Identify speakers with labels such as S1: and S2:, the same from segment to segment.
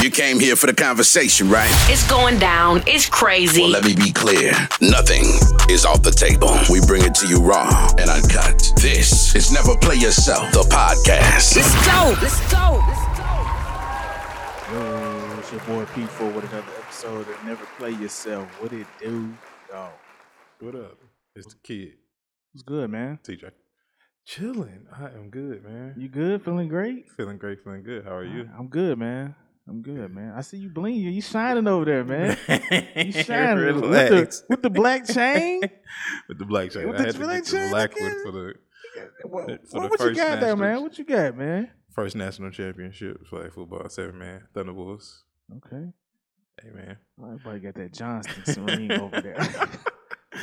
S1: You came here for the conversation, right?
S2: It's going down. It's crazy.
S1: Well, let me be clear. Nothing is off the table. We bring it to you raw and uncut. This is Never Play Yourself, the podcast.
S2: Let's go. Let's go. Let's go.
S3: Yo, Uh, it's your boy P4 with another episode of Never Play Yourself. What it do, dog?
S4: What up? It's the kid,
S3: What's good, man?
S4: TJ. Chilling. I am good, man.
S3: You good? Feeling great?
S4: Feeling great, feeling good. How are you?
S3: I'm good, man. I'm good, man. I see you blinking. You shining over there, man. You shining with the,
S4: Relax.
S3: with the black chain.
S4: With the black shirt.
S3: With
S4: I
S3: the
S4: had to
S3: black
S4: get the
S3: chain
S4: black
S3: again?
S4: one for the
S3: What,
S4: For the
S3: what, what you
S4: first
S3: got there, man?
S4: masters.
S3: What you got, man?
S4: first national championship flag football seven man Thunderbolts.
S3: Okay,
S4: Hey man.
S3: Well, everybody got that Johnston ring over there.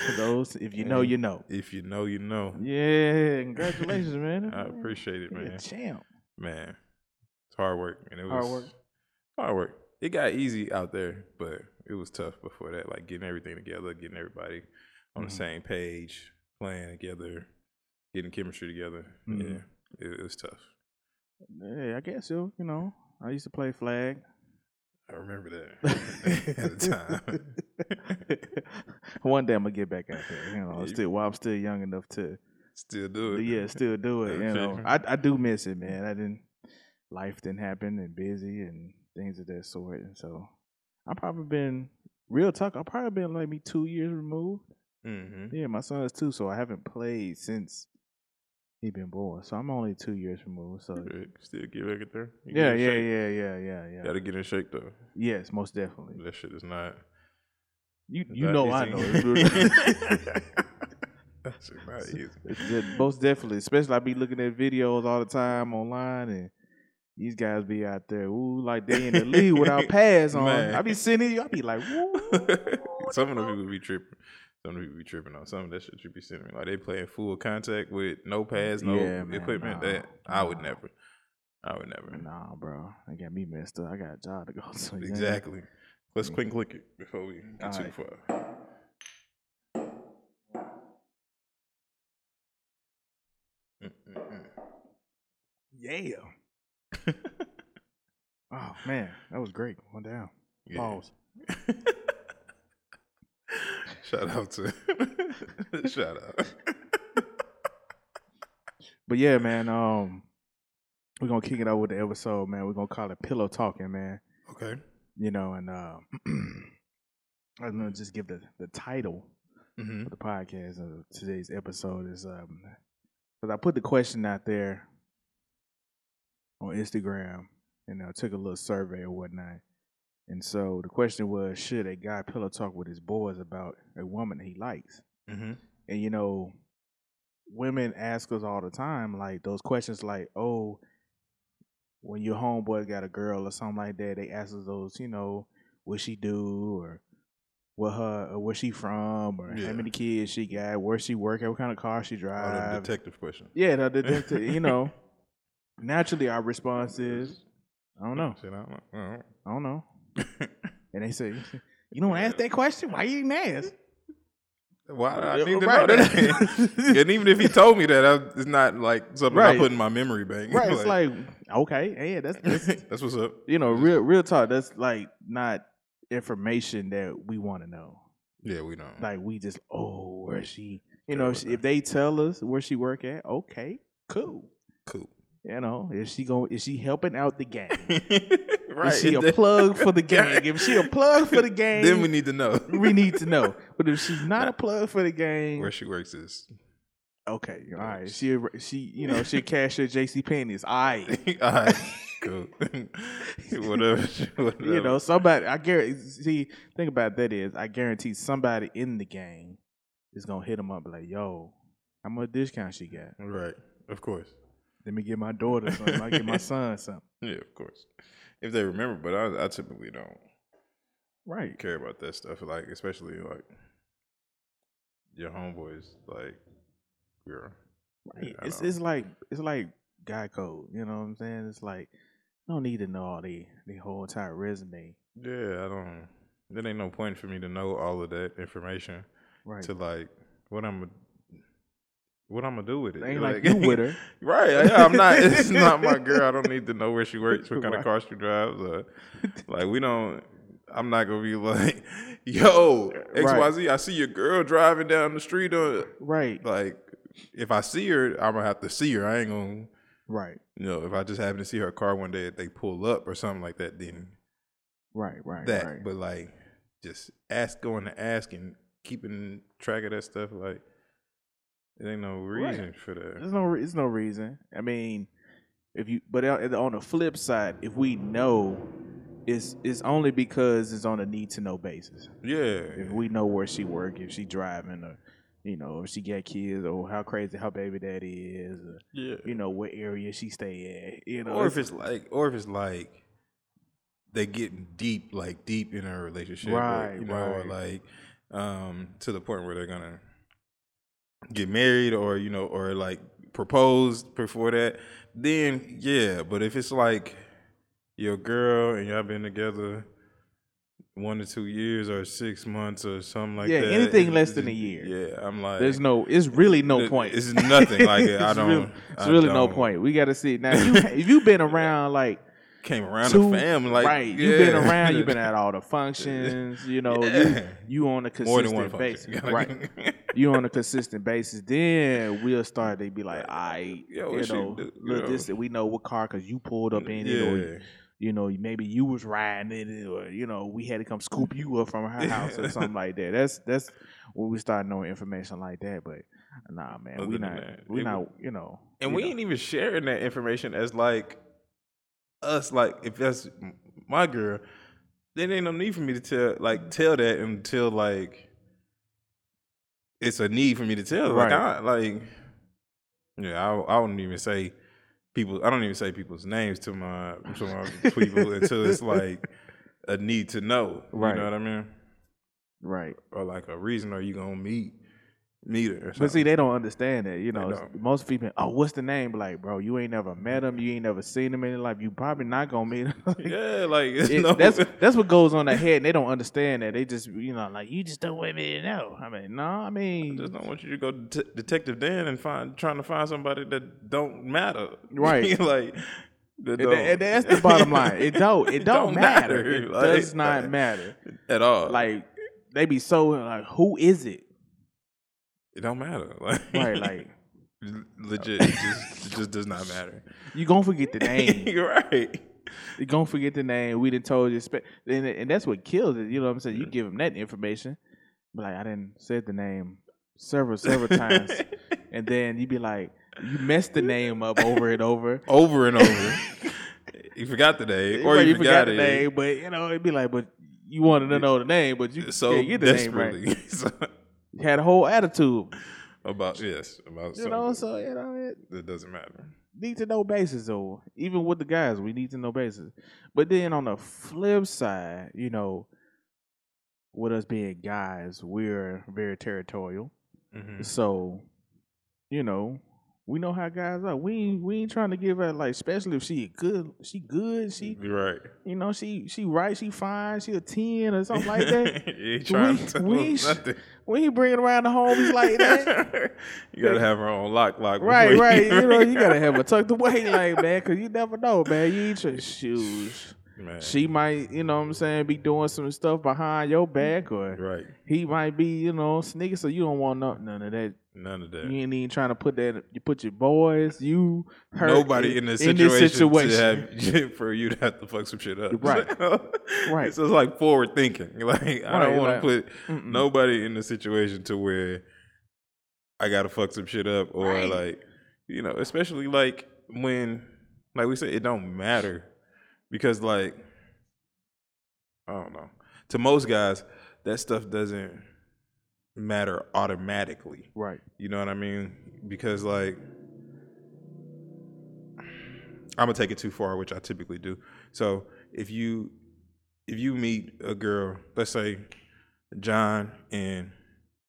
S3: For those, if you know,
S4: Hey.
S3: you know.
S4: If you know, you know.
S3: Yeah, congratulations, man.
S4: I appreciate it,
S3: you
S4: man.
S3: A champ.
S4: Man, it's hard work, and it was
S3: Hard work.
S4: Hard work. It got easy out there, but it was tough before that. Like getting everything together, getting everybody on
S3: Mhm.
S4: the same page, playing together, getting chemistry together.
S3: Mhm.
S4: Yeah, it, it was tough.
S3: Yeah, I guess so. You know, I used to play flag.
S4: I remember that at the time.
S3: One day I'm gonna get back out there. You know,
S4: You-
S3: still while I'm still young enough to,
S4: Still do it.
S3: yeah, still do it. You know,
S4: Okay.
S3: I I do miss it, man. I didn't, life didn't happen and busy and things of that sort. And so, I've probably been real talk. I've probably been like me two years removed.
S4: hmm
S3: Yeah, my son is two, so I haven't played since he been born. So I'm only two years removed. So
S4: Still get back there. You
S3: yeah,
S4: get in
S3: yeah,
S4: shape.
S3: yeah, yeah, yeah, yeah.
S4: Gotta get in shape though.
S3: Yes, most definitely.
S4: That shit is not.
S3: You you
S4: not
S3: know I
S4: easy.
S3: know.
S4: that shit not easy.
S3: It's de- most definitely, especially I be looking at videos all the time online, and these guys be out there, ooh, like they in the league without pads on.
S4: Man.
S3: I be sitting here, I be like, ooh,
S4: some of the people be tripping. Some of the people be tripping on some of that shit you be sending me. Like they playing full contact with no pads, no
S3: Yeah, man,
S4: equipment.
S3: nah,
S4: that I would
S3: nah.
S4: never. I would never.
S3: nah, bro, they got me messed up. I got a job to go to. you know?
S4: Exactly. Let's
S3: Yeah.
S4: quick click it before we get too
S3: Alright.
S4: far. Mm-mm-mm.
S3: Yeah. Oh man, that was great. One down.
S4: Yeah.
S3: Pause.
S4: Shout out to shout out.
S3: But yeah, man, um, we're gonna kick it out with the episode, man. We're gonna call it pillow talking, man.
S4: Okay.
S3: You know, and uh, I'm gonna just give the the title
S4: Mm-hmm.
S3: for the podcast of today's episode is um because I put the question out there on Instagram and I took a little survey or whatnot. And so the question was, should a guy pillow talk with his boys about a woman he likes?
S4: Mm-hmm.
S3: And you know, women ask us all the time, like those questions like, oh, when your homeboy got a girl or something like that, they ask us those, you know, what she do or what her or where she from or
S4: Yeah. Oh,
S3: how many kids she got, where she work at, what kind of car she
S4: All them
S3: drive.
S4: detective questions.
S3: Um, yeah, the detective, you know. Naturally our response is, I don't know.
S4: Shit, I don't
S3: I
S4: know.
S3: don't know.
S4: I don't know.
S3: And they say, You don't ask that question? Why you didn't ask?
S4: Why do I
S3: Yeah,
S4: need to
S3: right.
S4: know that? and even if he told me that, I, it's not like something
S3: Right.
S4: I put in my memory bank.
S3: Right. It's like, okay, yeah, that's that's
S4: that's what's up.
S3: you know, real real talk. That's like not information that we want to know.
S4: Yeah, we know.
S3: Like we just, oh, where she? You
S4: Yeah,
S3: know,
S4: what
S3: if she-
S4: the-
S3: if they tell us where she work at, okay, cool.
S4: cool.
S3: You know, is she going? Is she helping out the gang?
S4: right.
S3: Is she
S4: it
S3: a
S4: did-
S3: plug for the gang? If she a plug for the gang,
S4: then we need to know
S3: we need to know. But if she's not a plug for the gang,
S4: where she works is.
S3: okay, all right. She she you know she cash her J C Penney's. All right.
S4: All right. Cool. whatever, whatever.
S3: You know, somebody. I guarantee. See, think about that is, I guarantee somebody in the game is gonna hit them up like, "Yo, how much discount she got?
S4: Right. Of course.
S3: Let me get my daughter something. I get my son something."
S4: Yeah, of course. If they remember, but I, I typically don't
S3: Right.
S4: care about that stuff. Like, especially like your homeboys, like girl. Yeah,
S3: right.
S4: I
S3: It's
S4: know.
S3: it's like it's like guy code. You know what I'm saying? It's like no need to know all the the whole entire resume.
S4: Yeah, I don't. There ain't no point for me to know all of that information
S3: Right.
S4: to like what I'm What I'm gonna do with it?
S3: Ain't like you with her.
S4: right? Yeah, I'm not. It's not my girl. I don't need to know where she works, what kind of
S3: Right.
S4: car she drives. Uh, like we don't. I'm not gonna be like, yo, X Y Z. I see your girl driving down the street. On
S3: Right.
S4: like, if I see her, I'm gonna have to see her. I ain't gonna.
S3: Right.
S4: You know, if I just happen to see her car one day, if they pull up or something like that, then
S3: Right. Right.
S4: that.
S3: Right.
S4: But like, just ask, going to ask, and keeping track of that stuff. Like, it ain't no
S3: Right.
S4: reason for that.
S3: There's no. re- There's no reason. I mean, if you. But on on the flip side, if we know, it's it's only because it's on a need to know basis.
S4: Yeah,
S3: If we know where she work, if she driving, or you know, if she got kids, or how crazy her baby daddy is, or,
S4: yeah.
S3: you know, what area she stay at, you know,
S4: or if
S3: it's-
S4: it's like, or if it's like, they getting deep, like deep in a relationship, or,
S3: Right,
S4: you know, or,
S3: right.
S4: like um, to the point where they're gonna get married, or you know, or like proposed before that. Then yeah, but if it's like your girl and y'all been together one to two years or six months or something like
S3: Yeah,
S4: that,
S3: anything
S4: it-
S3: less than a year.
S4: Yeah, I'm like,
S3: there's no, it's really no
S4: th-
S3: point.
S4: It's nothing like it. I
S3: It's
S4: don't.
S3: really- it's
S4: I
S3: really no
S4: don't-
S3: point. We got to see now. If, you, if you've been around like
S4: Came around
S3: two,
S4: the family, like
S3: right? You've been
S4: yeah.
S3: around. You've been at all the functions. You know,
S4: Yeah.
S3: you you on a
S4: more than one
S3: consistent
S4: function.
S3: basis, right? you on a consistent basis, then we'll start to be like, I,
S4: Yeah, we
S3: you
S4: should
S3: know,
S4: do-
S3: look,
S4: yeah.
S3: this we know what car because you pulled up in it,
S4: yeah,
S3: or you know, maybe you was riding in it, or you know, we had to come scoop you up from her house or something like that. That's that's when we start knowing information like that. But nah, man,
S4: Other
S3: we
S4: than
S3: not,
S4: that,
S3: we
S4: it
S3: not,
S4: would-
S3: you know,
S4: and
S3: you
S4: we
S3: know.
S4: ain't even sharing that information as like us. Like if that's m- my girl, then ain't no need for me to tell like tell that until like it's a need for me to tell. Like
S3: Right.
S4: I like yeah, I I wouldn't even say people. I don't even say people's names to my to my people until it's like a need to know.
S3: Right.
S4: You know what I mean?
S3: right.
S4: or like a reason are you gonna meet meet her or something.
S3: But see, they don't understand that. You
S4: They
S3: know, s-
S4: don't.
S3: most people, oh, what's the name? But Like, bro, you ain't never met him. You ain't never seen him in your life. You probably not gonna meet him. Like,
S4: yeah, like it's
S3: It-
S4: no,
S3: That's that's what goes on their head, and they don't understand that. They just you know like you just don't want me to know. I mean, no, I
S4: I
S3: mean,
S4: just don't want you to go det- detective Dan and find trying to find somebody that don't matter.
S3: Right.
S4: like that
S3: and
S4: don't-
S3: tha- and that's the bottom line. It don't it don't, matter. It
S4: like,
S3: does not matter.
S4: at all.
S3: Like they be so like, who is it?
S4: it don't matter. Like
S3: Right, like
S4: legit, it just, it just does not matter.
S3: you gonna forget the name.
S4: You're right.
S3: you gonna forget the name. We didn't told you. spe- And, and that's what kills it. You know what I'm saying? You give them that information, but like I didn't said the name several several times, and then you be like, you messed the name up over and over.
S4: Over and over. you forgot the day, or
S3: Right,
S4: you, forgot,
S3: the
S4: it.
S3: name, but you know it'd be like, but you wanted to know the name, but you
S4: So
S3: can't get the name right.
S4: desperately So-
S3: Had a whole attitude,
S4: about yes about
S3: you
S4: something
S3: know. So you know, it,
S4: that doesn't matter.
S3: need to know basis though. Even with the guys, we need to know basis. But then on the flip side, you know, with us being guys, we're very territorial.
S4: Mm-hmm.
S3: So, you know, we know how guys are. We ain't, we ain't trying to give her like, especially if she good, she good, she
S4: You're right.
S3: you know she she right, she fine, she a ten or something like that.
S4: you ain't trying
S3: We-
S4: to tell
S3: we
S4: us
S3: sh-
S4: nothing.
S3: We ain't bringing around the homies like that.
S4: you gotta have her own lock lock. before
S3: right, right.
S4: bring
S3: You know, you
S4: her
S3: gotta have her tucked away like, man, because you never know, man. You ain't your shoes.
S4: out. Man,
S3: She might, you know what I'm saying, be doing some stuff behind your back, or
S4: right.
S3: he might be, you know, sneaking, so you don't want no, none of that.
S4: None of
S3: You
S4: that.
S3: ain't even trying to put that, you put your boys, you, her.
S4: Nobody in, this situation, to have for you to have to fuck some shit up.
S3: Right. Right.
S4: So it's like forward thinking. Like
S3: Right,
S4: I don't want
S3: like,
S4: to put
S3: Mm-mm.
S4: nobody in the situation to where I gotta fuck some shit up or
S2: Right.
S4: like you know, especially like when like we say it don't matter because like I don't know. To most guys, that stuff doesn't matter automatically.
S3: Right,
S4: You know what I mean? Because like I'm gonna take it too far, which I typically do. So if you if you meet a girl, let's say John and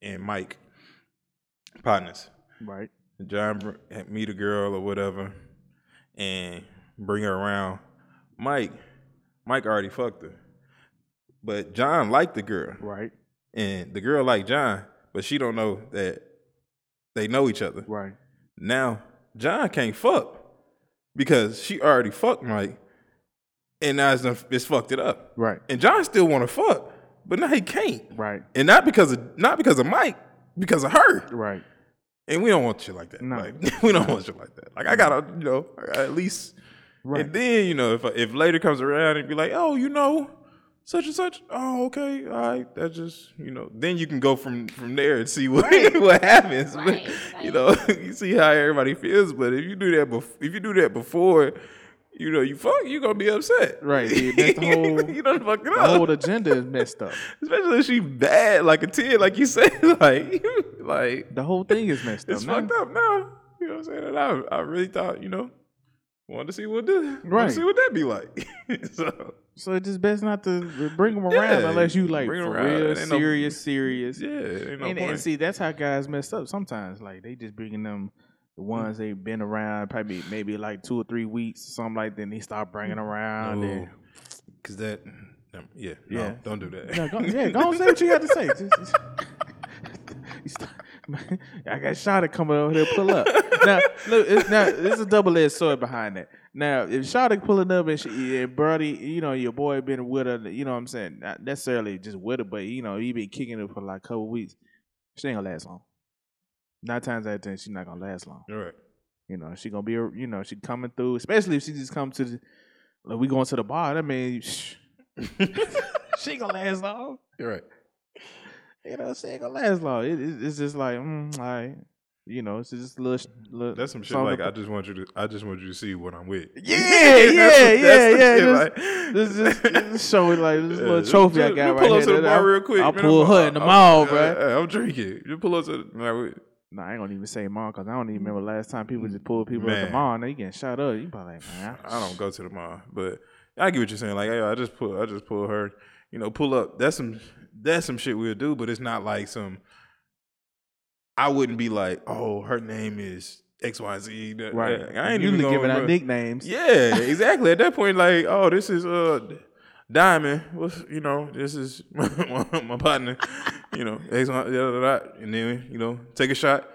S4: and Mike partners,
S3: right,
S4: John br- meet a girl or whatever, and bring her around. Mike, Mike already fucked her, but John liked the girl
S3: right,
S4: and the girl like John, but she don't know that They know each other.
S3: Right.
S4: Now John can't fuck because she already fucked Mike, and now it's, done- it's fucked it up.
S3: Right.
S4: And John still want to fuck, but now he can't.
S3: Right.
S4: And not because of not because of Mike, because of her.
S3: Right.
S4: And we don't want shit like that.
S3: No.
S4: Like, we don't want shit like that. Like I gotta, you know, I gotta at least.
S3: Right.
S4: And then you know, if if later comes around and be like, oh, you know, such and such. Oh, okay, all right. That's just you know. Then you can go from from there and see what what happens. But,
S5: Right,
S4: You know, you see how everybody feels. But if you do that, bef- if you do that before, you know, you fuck, you gonna be upset.
S3: Right, yeah, that's the whole-
S4: you done fucked it
S3: The
S4: up
S3: whole agenda is messed up.
S4: especially if she bad like a ten, like you said, like like
S3: The whole thing is messed up.
S4: it's
S3: now.
S4: fucked up now. You know what I'm saying? And I I really thought you know wanted to see what this
S3: Right.
S4: right see what that be like. so
S3: So it's just best not to bring them around
S4: Yeah,
S3: unless you like
S4: bring 'em
S3: for
S4: around.
S3: real
S4: It ain't no-
S3: serious, serious.
S4: yeah, ain't no
S3: and,
S4: point.
S3: and see, that's how guys messed up sometimes. Like they just bringing them the ones they've been around probably maybe like two or three weeks, something like. Then they start bringing around. And,
S4: because that um, Oh. yeah
S3: Yeah.
S4: no, don't do that.
S3: yeah, go, yeah, go on, say what you had to say. Just- just- You start- man, I got Shada coming over here, pull up. now, look, it's, now there's a double edged sword behind that. Now, if Shada pulling up and she, and Brody, you know, your boy been with her, you know what I'm saying? Not necessarily just with her, but, you know, he been kicking it for like a couple weeks. She ain't gonna last long. Nine times out of ten, she's not gonna last long.
S4: All right.
S3: You know, she gonna be, a- you know, she coming through, especially if she just come to the, like, we going to the bar. That means shh, she ain't gonna last long.
S4: You're right.
S3: You know, what I'm saying? gonna last long. It, it, it's just like, mm, all right. You know, it's just a little, sh- little.
S4: That's some shit
S3: something
S4: like
S3: to-
S4: I just want you to I just want you to see what I'm with.
S3: Yeah, yeah, yeah,
S4: the
S3: yeah.
S4: shit,
S3: Just,
S4: like-
S3: this is this show is like this
S4: Yeah,
S3: little
S4: just-
S3: trophy I
S4: just-
S3: got
S4: just
S3: right
S4: pull
S3: here.
S4: up to the
S3: that
S4: bar
S3: I-
S4: real quick.
S3: I
S4: man.
S3: pull
S4: I'm-
S3: her in the
S4: I'm- uh,
S3: mall,
S4: I-
S3: bruh.
S4: I- I'm drinking. You pull up to the like,
S3: Nah, I ain't gonna even say mall because I don't even remember last time people just pulled people at the
S4: mm, Man.
S3: mall. Now you getting shot up. You probably like, man,
S4: I don't go to the mall, but I get what you're saying. Like, hey, I just pull, I just pull her. You know, pull up. That's some, that's some shit we'll do, but it's not like some. I wouldn't be like, oh, her name is X Y Z. That-
S3: right.
S4: that- I ain't
S3: usually
S4: even
S3: giving
S4: gonna-
S3: out nicknames.
S4: Yeah, exactly. At that point, like, oh, this is uh, Diamond. What's you know, this is my, my partner. You know, X Y- da, da, da, da. and then you know, take a shot,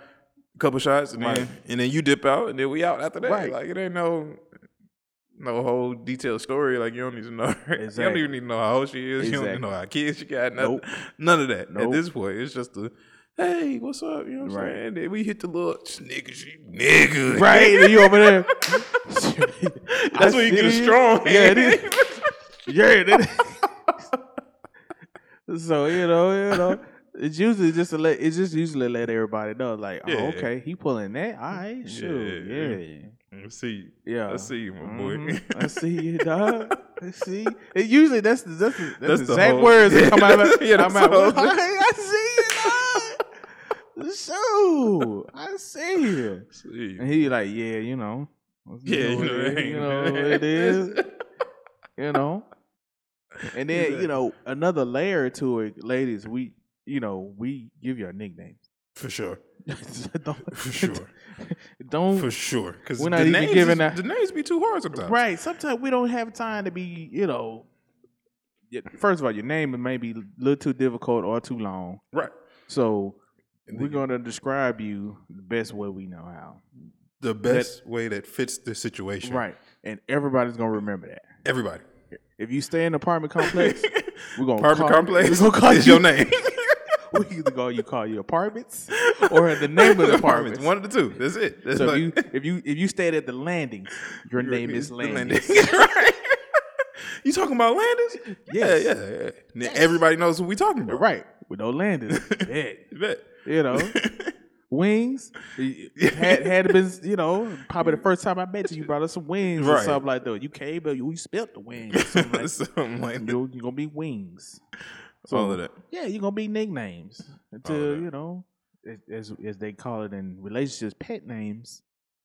S4: couple shots, and
S3: Right.
S4: then and then you dip out, and then we out after that.
S3: Right.
S4: Like it ain't no. No whole detailed story, like you don't need to know. Her. You don't
S3: Exactly.
S4: even need to know how old she is. You don't need
S3: Exactly.
S4: to know how kids she got. Nothing,
S3: Nope.
S4: None of that. At
S3: Nope.
S4: this point, it's just a, hey, what's up? You know what I'm
S3: Right.
S4: saying? And then we hit the little nigga, she nigga,
S3: Right, and you over there.
S4: That's when you get a strong
S3: Yeah, it is. Yeah, it is. so you know, you know, it's usually just to let it's just usually let everybody know, like, oh,
S4: Yeah.
S3: okay, he pulling that. All right, shoot,
S4: Yeah.
S3: yeah,
S4: Let's see.
S3: yeah.
S4: I see you, my boy.
S3: Mhm. I see you, dog. I see. It usually that's the- that's the, that's,
S4: That's
S3: the
S4: the
S3: exact
S4: whole-
S3: words that
S4: Yeah,
S3: come out.
S4: that's-
S3: Of,
S4: yeah,
S3: come
S4: that's
S3: out.
S4: the whole-
S3: I see you, dog. Shoot, I see you.
S4: See.
S3: And he like, yeah, you know, let's do
S4: Yeah, you
S3: what
S4: know,
S3: it-
S4: that
S3: you
S4: ain't-
S3: know what it is, you know. And then you know another layer to it, ladies. We, you know, we give you a nickname.
S4: For sure.
S3: don't,
S4: For sure.
S3: Don't.
S4: For sure. Because
S3: We're not even giving a-
S4: the names be too hard sometimes.
S3: Right. Sometimes we don't have time to be, you know. y- First of all, your name may be a little too difficult or too long,
S4: Right.
S3: so
S4: And
S3: we're
S4: then
S3: gonna describe you the best way we know how.
S4: The best way that fits the situation.
S3: Right. And everybody's gonna remember that.
S4: Everybody.
S3: If you stay in an apartment complex, we're gonna
S4: Apartment
S3: call,
S4: complex
S3: We're gonna call
S4: is
S3: you,
S4: your name.
S3: We either call you call you apartments or the name of the apartments.
S4: One of the two. That's it. That's
S3: so
S4: like-
S3: if you if you if you stayed at the landings, your name is
S4: the
S3: Landings.
S4: right. You talking about Landis?
S3: Yes.
S4: Yeah, yeah, yeah. And then Everybody knows who we talking about.
S3: Right. With no landings. Bet.
S4: You bet.
S3: You know. Wings. Had had it been, you know, probably the first time I met you, you brought us some wings or
S4: Right.
S3: something like that. You came, but you spelt the wings or something like that.
S4: Something like that.
S3: You're, you're gonna be wings.
S4: All of that.
S3: Yeah, you're gonna be nicknames. Until,
S4: Oh, yeah.
S3: you know, as- as as they call it in relationships, pet names.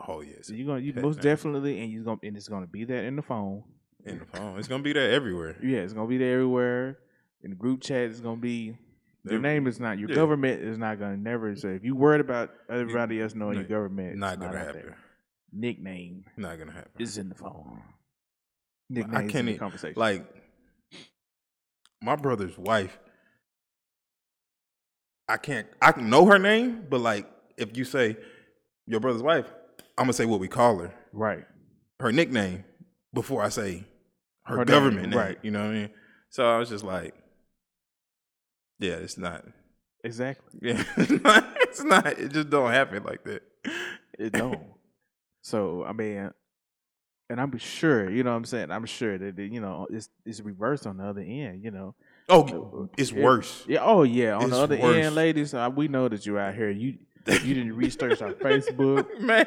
S4: Oh, yes.
S3: So you're gonna you
S4: Pet
S3: most
S4: name.
S3: definitely and you're gonna and it's gonna be there in the phone.
S4: In the phone. It's going to be there everywhere.
S3: Yeah, it's gonna be there everywhere. In the group chat, it's gonna be your
S4: Every-
S3: name is not your
S4: yeah.
S3: government is not gonna never say if you worried about everybody else knowing
S4: no,
S3: your government,
S4: Not
S3: it's
S4: going to
S3: out
S4: happen.
S3: there. Nickname
S4: Not going to happen.
S3: is in the phone. Nickname is in
S4: can't
S3: the
S4: e-
S3: conversation.
S4: like my brother's wife i can't i can know her name but like if you say your brother's wife, I'm gonna say what we call her,
S3: Right.
S4: her nickname, before I say her,
S3: Her name,
S4: government name.
S3: right.
S4: You know what I mean? So I was just like, yeah, it's not.
S3: Exactly.
S4: Yeah, it's not. It's not it just don't happen like that.
S3: It don't. so I mean, and I'm sure you know what I'm saying. I'm sure that you know it's it's reversed on the other end. You know.
S4: Oh, it's
S3: Yeah.
S4: worse.
S3: Yeah. Oh yeah. On
S4: It's
S3: the other
S4: worse.
S3: end, ladies, uh, we know that you're out here. You you didn't research our Facebook,
S4: man.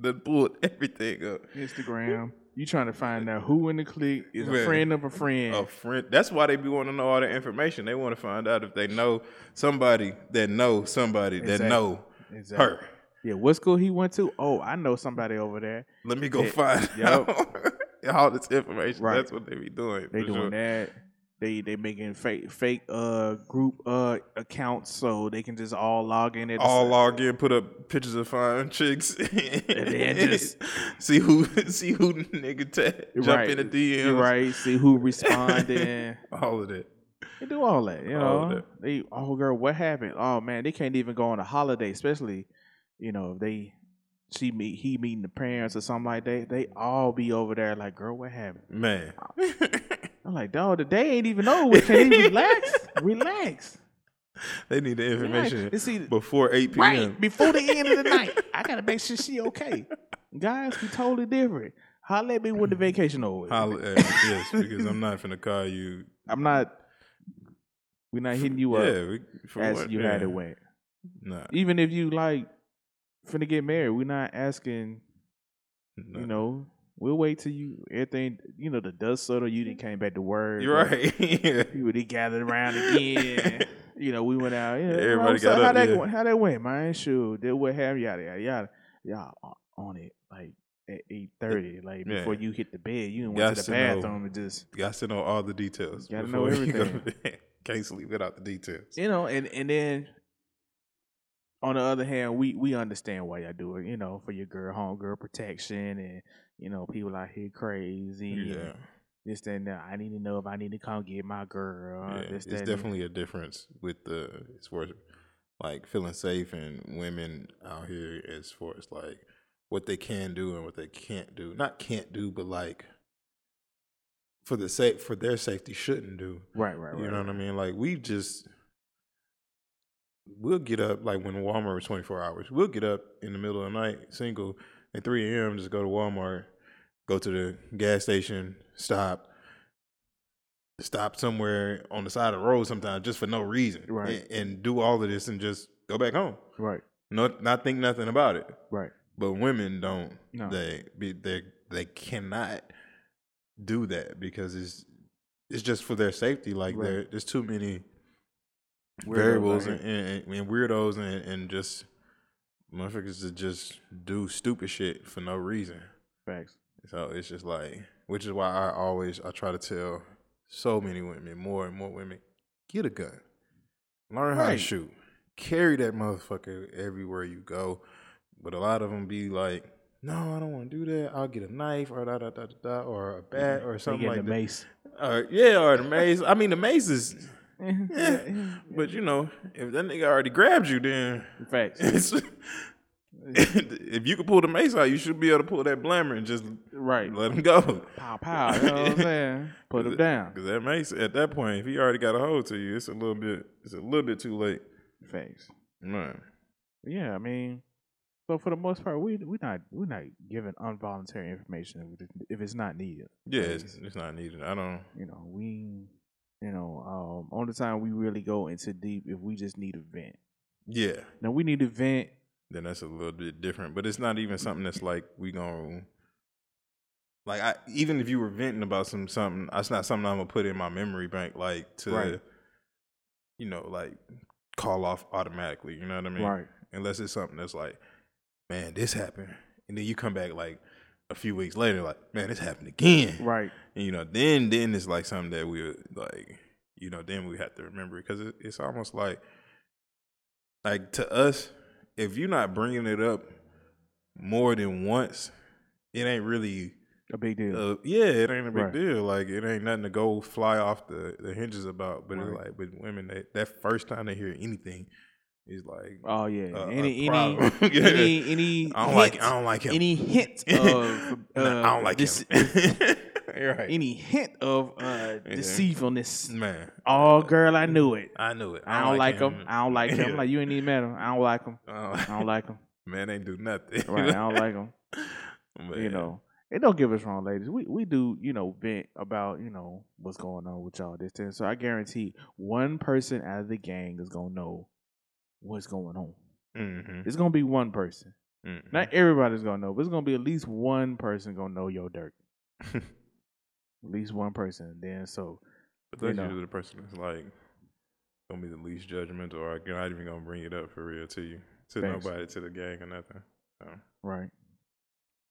S4: That pulled everything up.
S3: Instagram. You trying to find out who in the clique is
S4: Man.
S3: a friend of a friend.
S4: a friend. That's why they be wanting to know all the information. They want to find out if they know somebody that know somebody that
S3: Exactly.
S4: know
S3: Exactly.
S4: her.
S3: Yeah. What school he went to? Oh, I know somebody over there.
S4: Let me go
S3: Yeah.
S4: find
S3: Yup.
S4: out all this information.
S3: Right.
S4: That's what they be doing.
S3: They
S4: for
S3: doing
S4: sure.
S3: that. They they making fake fake uh group uh accounts so they can just all log in at the
S4: All
S3: same-
S4: log in, put up pictures of fine chicks, and
S3: then just-
S4: see who see who nigga tag, jump
S3: Right.
S4: in the
S3: You
S4: DMs,
S3: right? See who responding.
S4: all of that.
S3: they do all that, you
S4: All of
S3: know.
S4: that.
S3: They oh girl, what happened? Oh man, they can't even go on a holiday, especially you know if they she meet he meeting the parents or something like that. They all be over there like, girl, what happened?
S4: Man,
S3: I'm like, dog, the day ain't even over. Can you relax? relax.
S4: they need the information
S3: You see-
S4: before eight p.m.
S3: Right. Before the end of the night. I gotta make sure she okay. Guys be totally different. Holla at me when the vacation over. with.
S4: Holla at me, uh, yes, because I'm not finna call you.
S3: I'm not we're not hitting you up
S4: yeah, we, for
S3: asking
S4: what?
S3: you
S4: yeah.
S3: how it went.
S4: Nah,
S3: Even if you like finna get married, we're not asking,
S4: nah.
S3: you know, we'll wait till you everything you know, the dust settled, you didn't came back to work.
S4: You're right. yeah.
S3: People they gathered around again. you know, we went out. Yeah,
S4: Everybody
S3: everybody got
S4: got
S3: how
S4: up,
S3: that
S4: yeah.
S3: went- how that went, man. Shoot, did what have yada yada yada. Y'all o- on it like at eight thirty, like
S4: Yeah.
S3: before you hit the bed, you done went
S4: Got
S3: to
S4: to
S3: the
S4: know.
S3: bathroom and just
S4: Got to know all the details.
S3: Gotta know
S4: before you go
S3: everything.
S4: to bed. Can't sleep without the details.
S3: you know, and and then on the other hand, we we understand why y'all do it, you know, for your girl home girl protection and you know people out here crazy.
S4: Yeah,
S3: and This that, and that. I need to know if I need to come get my girl.
S4: yeah.
S3: This,
S4: it's
S3: that, and that.
S4: definitely a difference with the as far as like feeling safe and women out here as far as like what they can do and what they can't do. Not can't do, but like for the sake for their safety shouldn't do.
S3: right, right, right.
S4: You know what I mean? Like we just we'll get up like when Walmart was twenty four hours. We'll get up in the middle of the night, single, at three AM, just go to Walmart, go to the gas station, stop, stop somewhere on the side of the road sometimes just for no reason.
S3: Right.
S4: And, and do all of this and just go back home.
S3: Right,
S4: Not not think nothing about it.
S3: right.
S4: But women don't.
S3: No.
S4: They be they they cannot do that because it's it's just for their safety. Like
S3: Right.
S4: there there's too many
S3: Weirdos out
S4: variables
S3: here.
S4: and, and, and weirdos and, and just motherfuckers that just do stupid shit for no reason.
S3: Facts.
S4: So it's just like which is why I always I try to tell so many women, more and more women, get a gun. Learn how to
S3: Right.
S4: shoot. Carry that motherfucker everywhere you go. But a lot of them be like, no, I don't want to do that. I'll get a knife or da da da da, da or a bat or something like
S3: the
S4: that.
S3: mace.
S4: Or, yeah, or the maze. I mean, the maze is,
S3: Yeah.
S4: but you know, if that nigga already grabbed you, then
S3: Facts.
S4: it's, if you could pull the mace out, you should be able to pull that blammer and just
S3: Right.
S4: let him go.
S3: Pow pow. You know what I'm saying? Put him down.
S4: Because that makes at that point, if he already got a hold to you, it's a little bit, it's a little bit too late.
S3: Facts.
S4: Man,
S3: Yeah, I mean, so for the most part, we we not we not giving involuntary information if it- if it's not needed.
S4: yeah, it's, it's not needed. I don't.
S3: You know, we, you know, um, only time we really go into deep if we just need a vent.
S4: Yeah,
S3: Now we need a vent.
S4: then that's a little bit different. But it's not even something that's like we gonna like. I even if you were venting about some something, that's not something I'm gonna put in my memory bank. Like to,
S3: Right.
S4: you know, like call off automatically. You know what I mean?
S3: Right.
S4: Unless it's something that's like, man, this happened, and then you come back like a few weeks later, like, man, this happened again.
S3: Right.
S4: And, you know, then then it's like something that we would, like, you know, then we have to remember because it, it's almost like, like to us, if you're not bringing it up more than once, it ain't really,
S3: A big deal.
S4: uh, yeah, it ain't a big
S3: Right.
S4: deal. Like it ain't nothing to go fly off the, the hinges about. But it's
S3: Right.
S4: like with women, they, that first time they hear anything, He's like,
S3: Oh yeah.
S4: a- a
S3: any any
S4: problem. Yeah.
S3: any any
S4: I don't
S3: hint,
S4: like I don't like him.
S3: any hint of
S4: Nah,
S3: uh,
S4: I don't like
S3: this,
S4: him. You're right.
S3: any hint of uh deceitfulness.
S4: Man,
S3: Oh girl, I knew it.
S4: I knew it.
S3: I don't, like, him. I don't like him. I'm like you ain't even met him. I don't like him.
S4: Uh,
S3: I don't like him.
S4: man, ain't do nothing.
S3: Right. I don't like him. You
S4: Man.
S3: know. And don't give us wrong, ladies. We we do, you know, vent about, you know, what's going on with y'all this and so I guarantee one person out of the gang is gonna know what's going on.
S4: Mhm,
S3: It's gonna be one person.
S4: mhm.
S3: Not everybody's gonna know, but it's gonna be at least one person gonna know your dirt. at least one person. Then so
S4: But
S3: you
S4: that's
S3: know.
S4: usually the person that's like gonna be the least judgmental, or you're not even gonna bring it up for real to you, to
S3: Thanks.
S4: nobody, to the gang or nothing. So,
S3: right.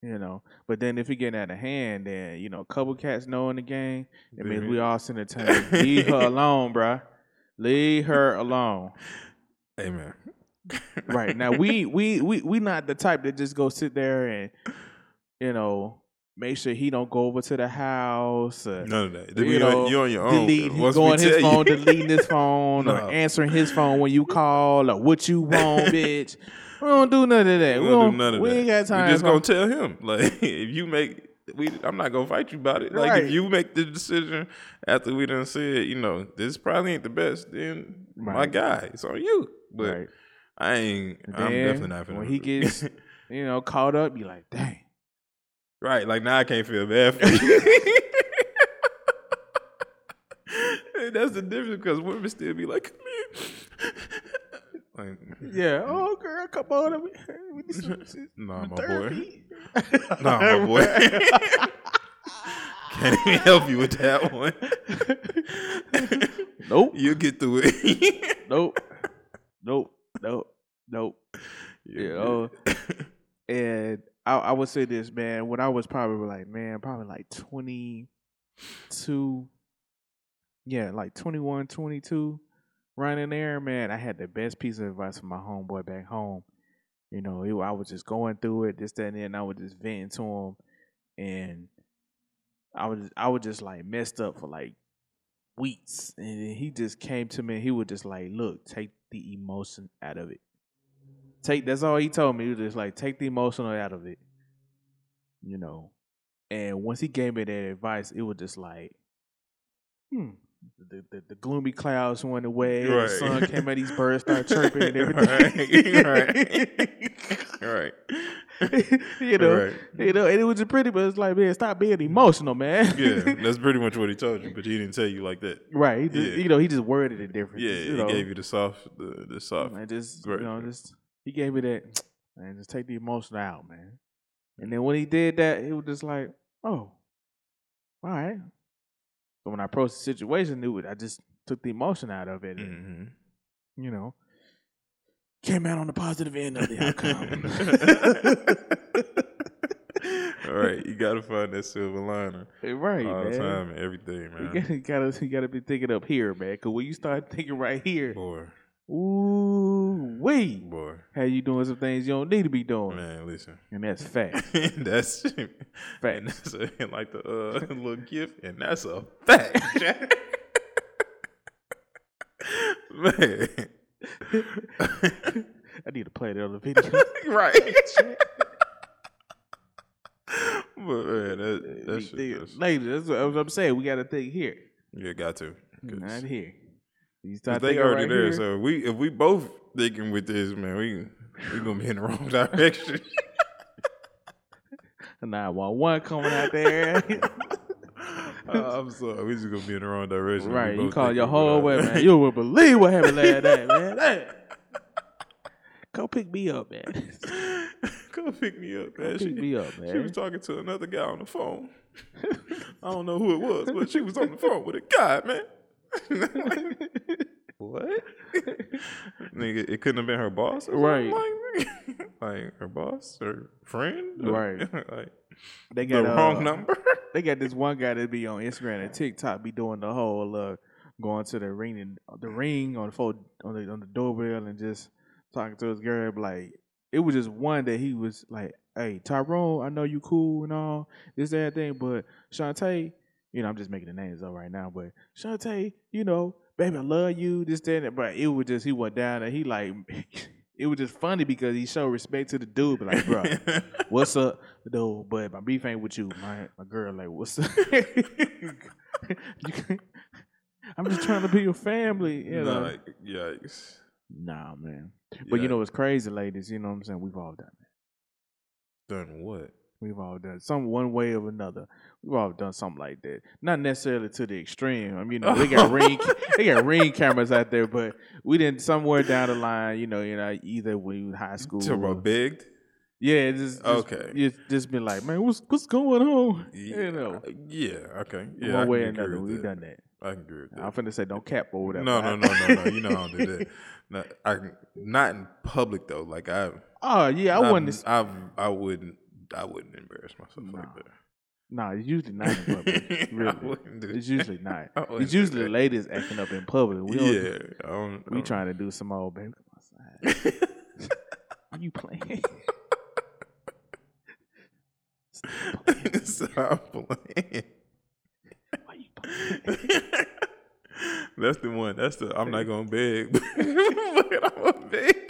S3: You know. But then if it getting out of hand, then you know, a couple cats know in the game, it means
S4: Dude.
S3: we all send a time. Leave her alone, bruh. Leave her alone.
S4: Amen.
S3: Right. Now we we we we not the type that just go sit there and you know, make sure he don't go over to the house. Or,
S4: None of that.
S3: You
S4: You
S3: know,
S4: on, you on your own.
S3: Delete
S4: Once we
S3: going his
S4: tell you-
S3: phone, deleting his phone,
S4: No.
S3: or answering his phone when you call, or what you want, bitch. We don't do none of that.
S4: We
S3: We,
S4: don't
S3: don't
S4: do none of
S3: we
S4: that.
S3: ain't got time.
S4: We just
S3: for-
S4: gonna tell him. Like if you make, we I'm not gonna fight you about it. Like
S3: Right.
S4: if you make the decision after we done said, you know, this probably ain't the best. Then my
S3: Right.
S4: guy, it's on you. But
S3: Right.
S4: I ain't.
S3: And
S4: I'm
S3: then
S4: definitely not. finna-
S3: when he gets- You know, caught up, be like, dang.
S4: Right, like now I can't feel bad for you. And that's the difference because women still be like, come here. like,
S3: Yeah. Oh, girl, come on. let me- We need some, some
S4: Nah, my
S3: therapy.
S4: boy. Nah, my boy. can't even help you with that one.
S3: Nope.
S4: You'll get through it.
S3: Nope. Nope. Nope. Nope.
S4: You'll
S3: Yeah.
S4: get-
S3: oh. and I, I would say this, man. When I was probably like, man, probably like 22, yeah, like 21, 22, right in there, man, I had the best piece of advice from my homeboy back home. You know, it, I was just going through it, this, that, and, that, and I was just venting to him. And I was, I was just like messed up for like weeks. And then he just came to me and he was just like, look, take the emotion out of it take that's all he told me. He was just like take the emotional out of it. You know. And once he gave me that advice, it was just like hmm. The, the, the gloomy clouds went away.
S4: Right.
S3: The sun came out. These birds started chirping and everything.
S4: Right. right.
S3: you know,
S4: Right.
S3: you know, and it was just pretty. But it's like, man, stop being emotional, man.
S4: Yeah, that's pretty much what he told you, but he didn't tell you like that.
S3: right. He just,
S4: Yeah.
S3: You know, he just worded it different.
S4: Yeah,
S3: you
S4: he
S3: know.
S4: gave you the soft, the, the soft.
S3: I just
S4: Right.
S3: you know, just he gave me that and just take the emotion out, man. And then when he did that, it was just like, oh, all right. So when I approached the situation, it was, I just took the emotion out of it, and,
S4: Mhm.
S3: you know, came out on the positive end
S4: Mm-hmm.
S3: of the outcome.
S4: All right, you gotta find that silver lining
S3: right,
S4: all the
S3: man.
S4: time and everything,
S3: You
S4: man.
S3: gotta, you gotta you gotta be thinking up here, man. Cause when you start thinking right here,
S4: Boy,
S3: ooh wee,
S4: boy,
S3: how you doing some things you don't need to be doing,
S4: man, listen,
S3: and that's fact.
S4: that's and
S3: Fact.
S4: that's a, and like the uh, little gift, and that's a fact, Jack. man.
S3: I need to play the other video.
S4: right. but man, that, that shit, that's,
S3: Ladies, that's what I'm saying. We got to think here,
S4: yeah, got to. 'cause-
S3: not here. You
S4: If
S3: start
S4: they
S3: thinking
S4: already
S3: right
S4: there.
S3: here,
S4: So if we if we both thinking with this, man, we we gonna be in the wrong direction.
S3: nine one one coming out there.
S4: Uh, I'm sorry, we just gonna be in the wrong direction. if we
S3: right, you
S4: both
S3: call your
S4: thinking
S3: whole way,
S4: without-
S3: man. You would believe what happened last night, man. Hey, Go pick me up, man.
S4: Come pick me up, man.
S3: Pick
S4: she,
S3: me up,
S4: she was
S3: man.
S4: talking to another guy on the phone. I don't know who it was, but she was on the phone with a guy, man. what? Nigga, it couldn't have been her boss, or something
S3: Right.
S4: Like, that? like her boss or friend, or-
S3: Right.
S4: like
S3: They
S4: the
S3: got uh,
S4: wrong number.
S3: They got this one guy that be on Instagram and TikTok be doing the whole uh, going to the ring and uh, the ring on the phone on the on the doorbell and just talking to his girl. but, Like it was just one that he was like, "Hey Tyrone, I know you cool and all this that thing, but Shantae, you know, I'm just making the names up right now, but Shantae, you know, baby, I love you, this, that, and that. But it was just, he went down and he like, it was just funny because he showed respect to the dude, but like, bro, what's up, though? But my beef ain't with you, my, my girl, like, what's up? You can't- I'm just trying to be your family, you know.
S4: Like, yikes.
S3: nah, man. But you know what's crazy, ladies? You know what I'm saying? We've all done it.
S4: done what?
S3: We've all done some one way or another. We've all done something like that. Not necessarily to the extreme. I mean, you know, they got ring, they got ring cameras out there, but we didn't somewhere down the line. You know, you know, either when you was in high school,
S4: To
S3: or-
S4: my big?
S3: yeah, just, just
S4: Okay.
S3: just, just been like, man, what's what's going on? You know,
S4: Yeah. Okay. Yeah. I
S3: one way or
S4: can agree
S3: another,
S4: with
S3: we
S4: that.
S3: done that.
S4: I can agree with that.
S3: I'm finna say don't cap or whatever.
S4: no, no,
S3: I-
S4: no, no, no. You know I don't do that. No, I not in public though. Like I,
S3: oh yeah, I wouldn't.
S4: I, I wouldn't. I wouldn't embarrass myself
S3: No.
S4: like that.
S3: Nah, it's usually not in public.
S4: I
S3: Really.
S4: wouldn't do
S3: It's
S4: that.
S3: usually not.
S4: I wouldn't
S3: It's
S4: do
S3: usually
S4: that.
S3: ladies acting up in public. We don't,
S4: yeah. I don't,
S3: we
S4: I don't-
S3: trying to do some old baby. Come outside. Why you playing?
S4: Stop playing.
S3: Why you playing?
S4: That's the one. That's the. I'm not gonna beg, but I'm gonna beg.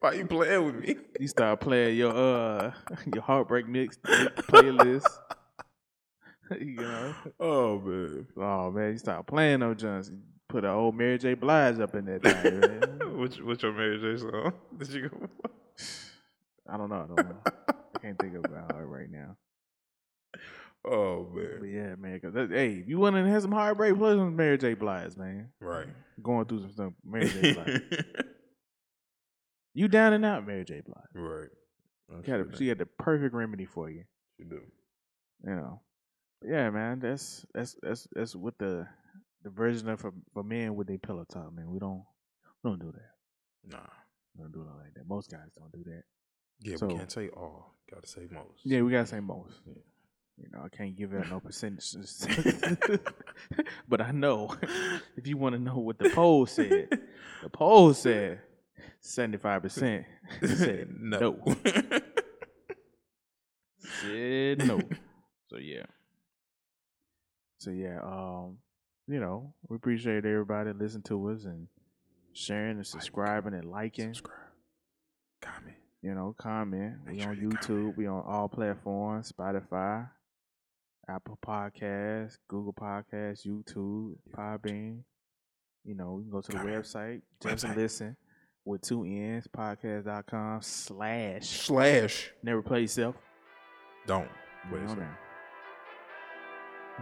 S4: Why you playing with me?
S3: You start playing your uh your heartbreak mix playlist. you know.
S4: Oh man.
S3: Oh man, you start playing those Jones. Put an old Mary J. Blige up in that thing, man.
S4: What's what's your Mary J song? Did you go?
S3: I don't know. I don't know. I can't think about it right now.
S4: Oh
S3: But
S4: man.
S3: yeah, man. 'cause that- hey, if you want to have some heartbreak, play some Mary J. Blige, man.
S4: Right.
S3: Going through some stuff, Mary J. Blige.
S4: right.
S3: you down and out, Mary J. Blige. She had, a- she had the perfect remedy for you.
S4: you do.
S3: You know. Yeah, man. That's that's that's that's what the the version of for, for men with their pillow talk, man. We don't we don't do that.
S4: Nah.
S3: We don't do it like that. Most guys don't do that.
S4: Yeah,
S3: So-
S4: we can't say all. Gotta say most.
S3: Yeah, we gotta say most.
S4: Yeah.
S3: You know, I can't give out no percentages, but I know if you want to know what the poll said, the poll said seventy five percent said no, said no. So yeah, so yeah. Um, you know, we appreciate everybody listening to us and sharing and subscribing and liking.
S4: Subscribe. Comment.
S3: You know, comment. we
S4: Make sure
S3: on
S4: you
S3: YouTube.
S4: comment.
S3: We on all platforms: Spotify, Apple Podcasts, Google Podcasts, YouTube, Podbean. You know, you can go to the
S4: Comment.
S3: website, just
S4: Website.
S3: listen with two ends, podcast.com slash
S4: Slash.
S3: never play yourself.
S4: Don't.
S3: We
S4: Wait a
S3: on
S4: second.
S3: there.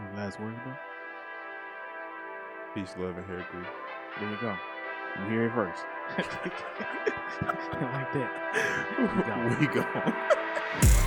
S3: Any Last word, bro?
S4: Peace, love, and hair grease.
S3: There you go. You hear it first. like that.
S4: we go.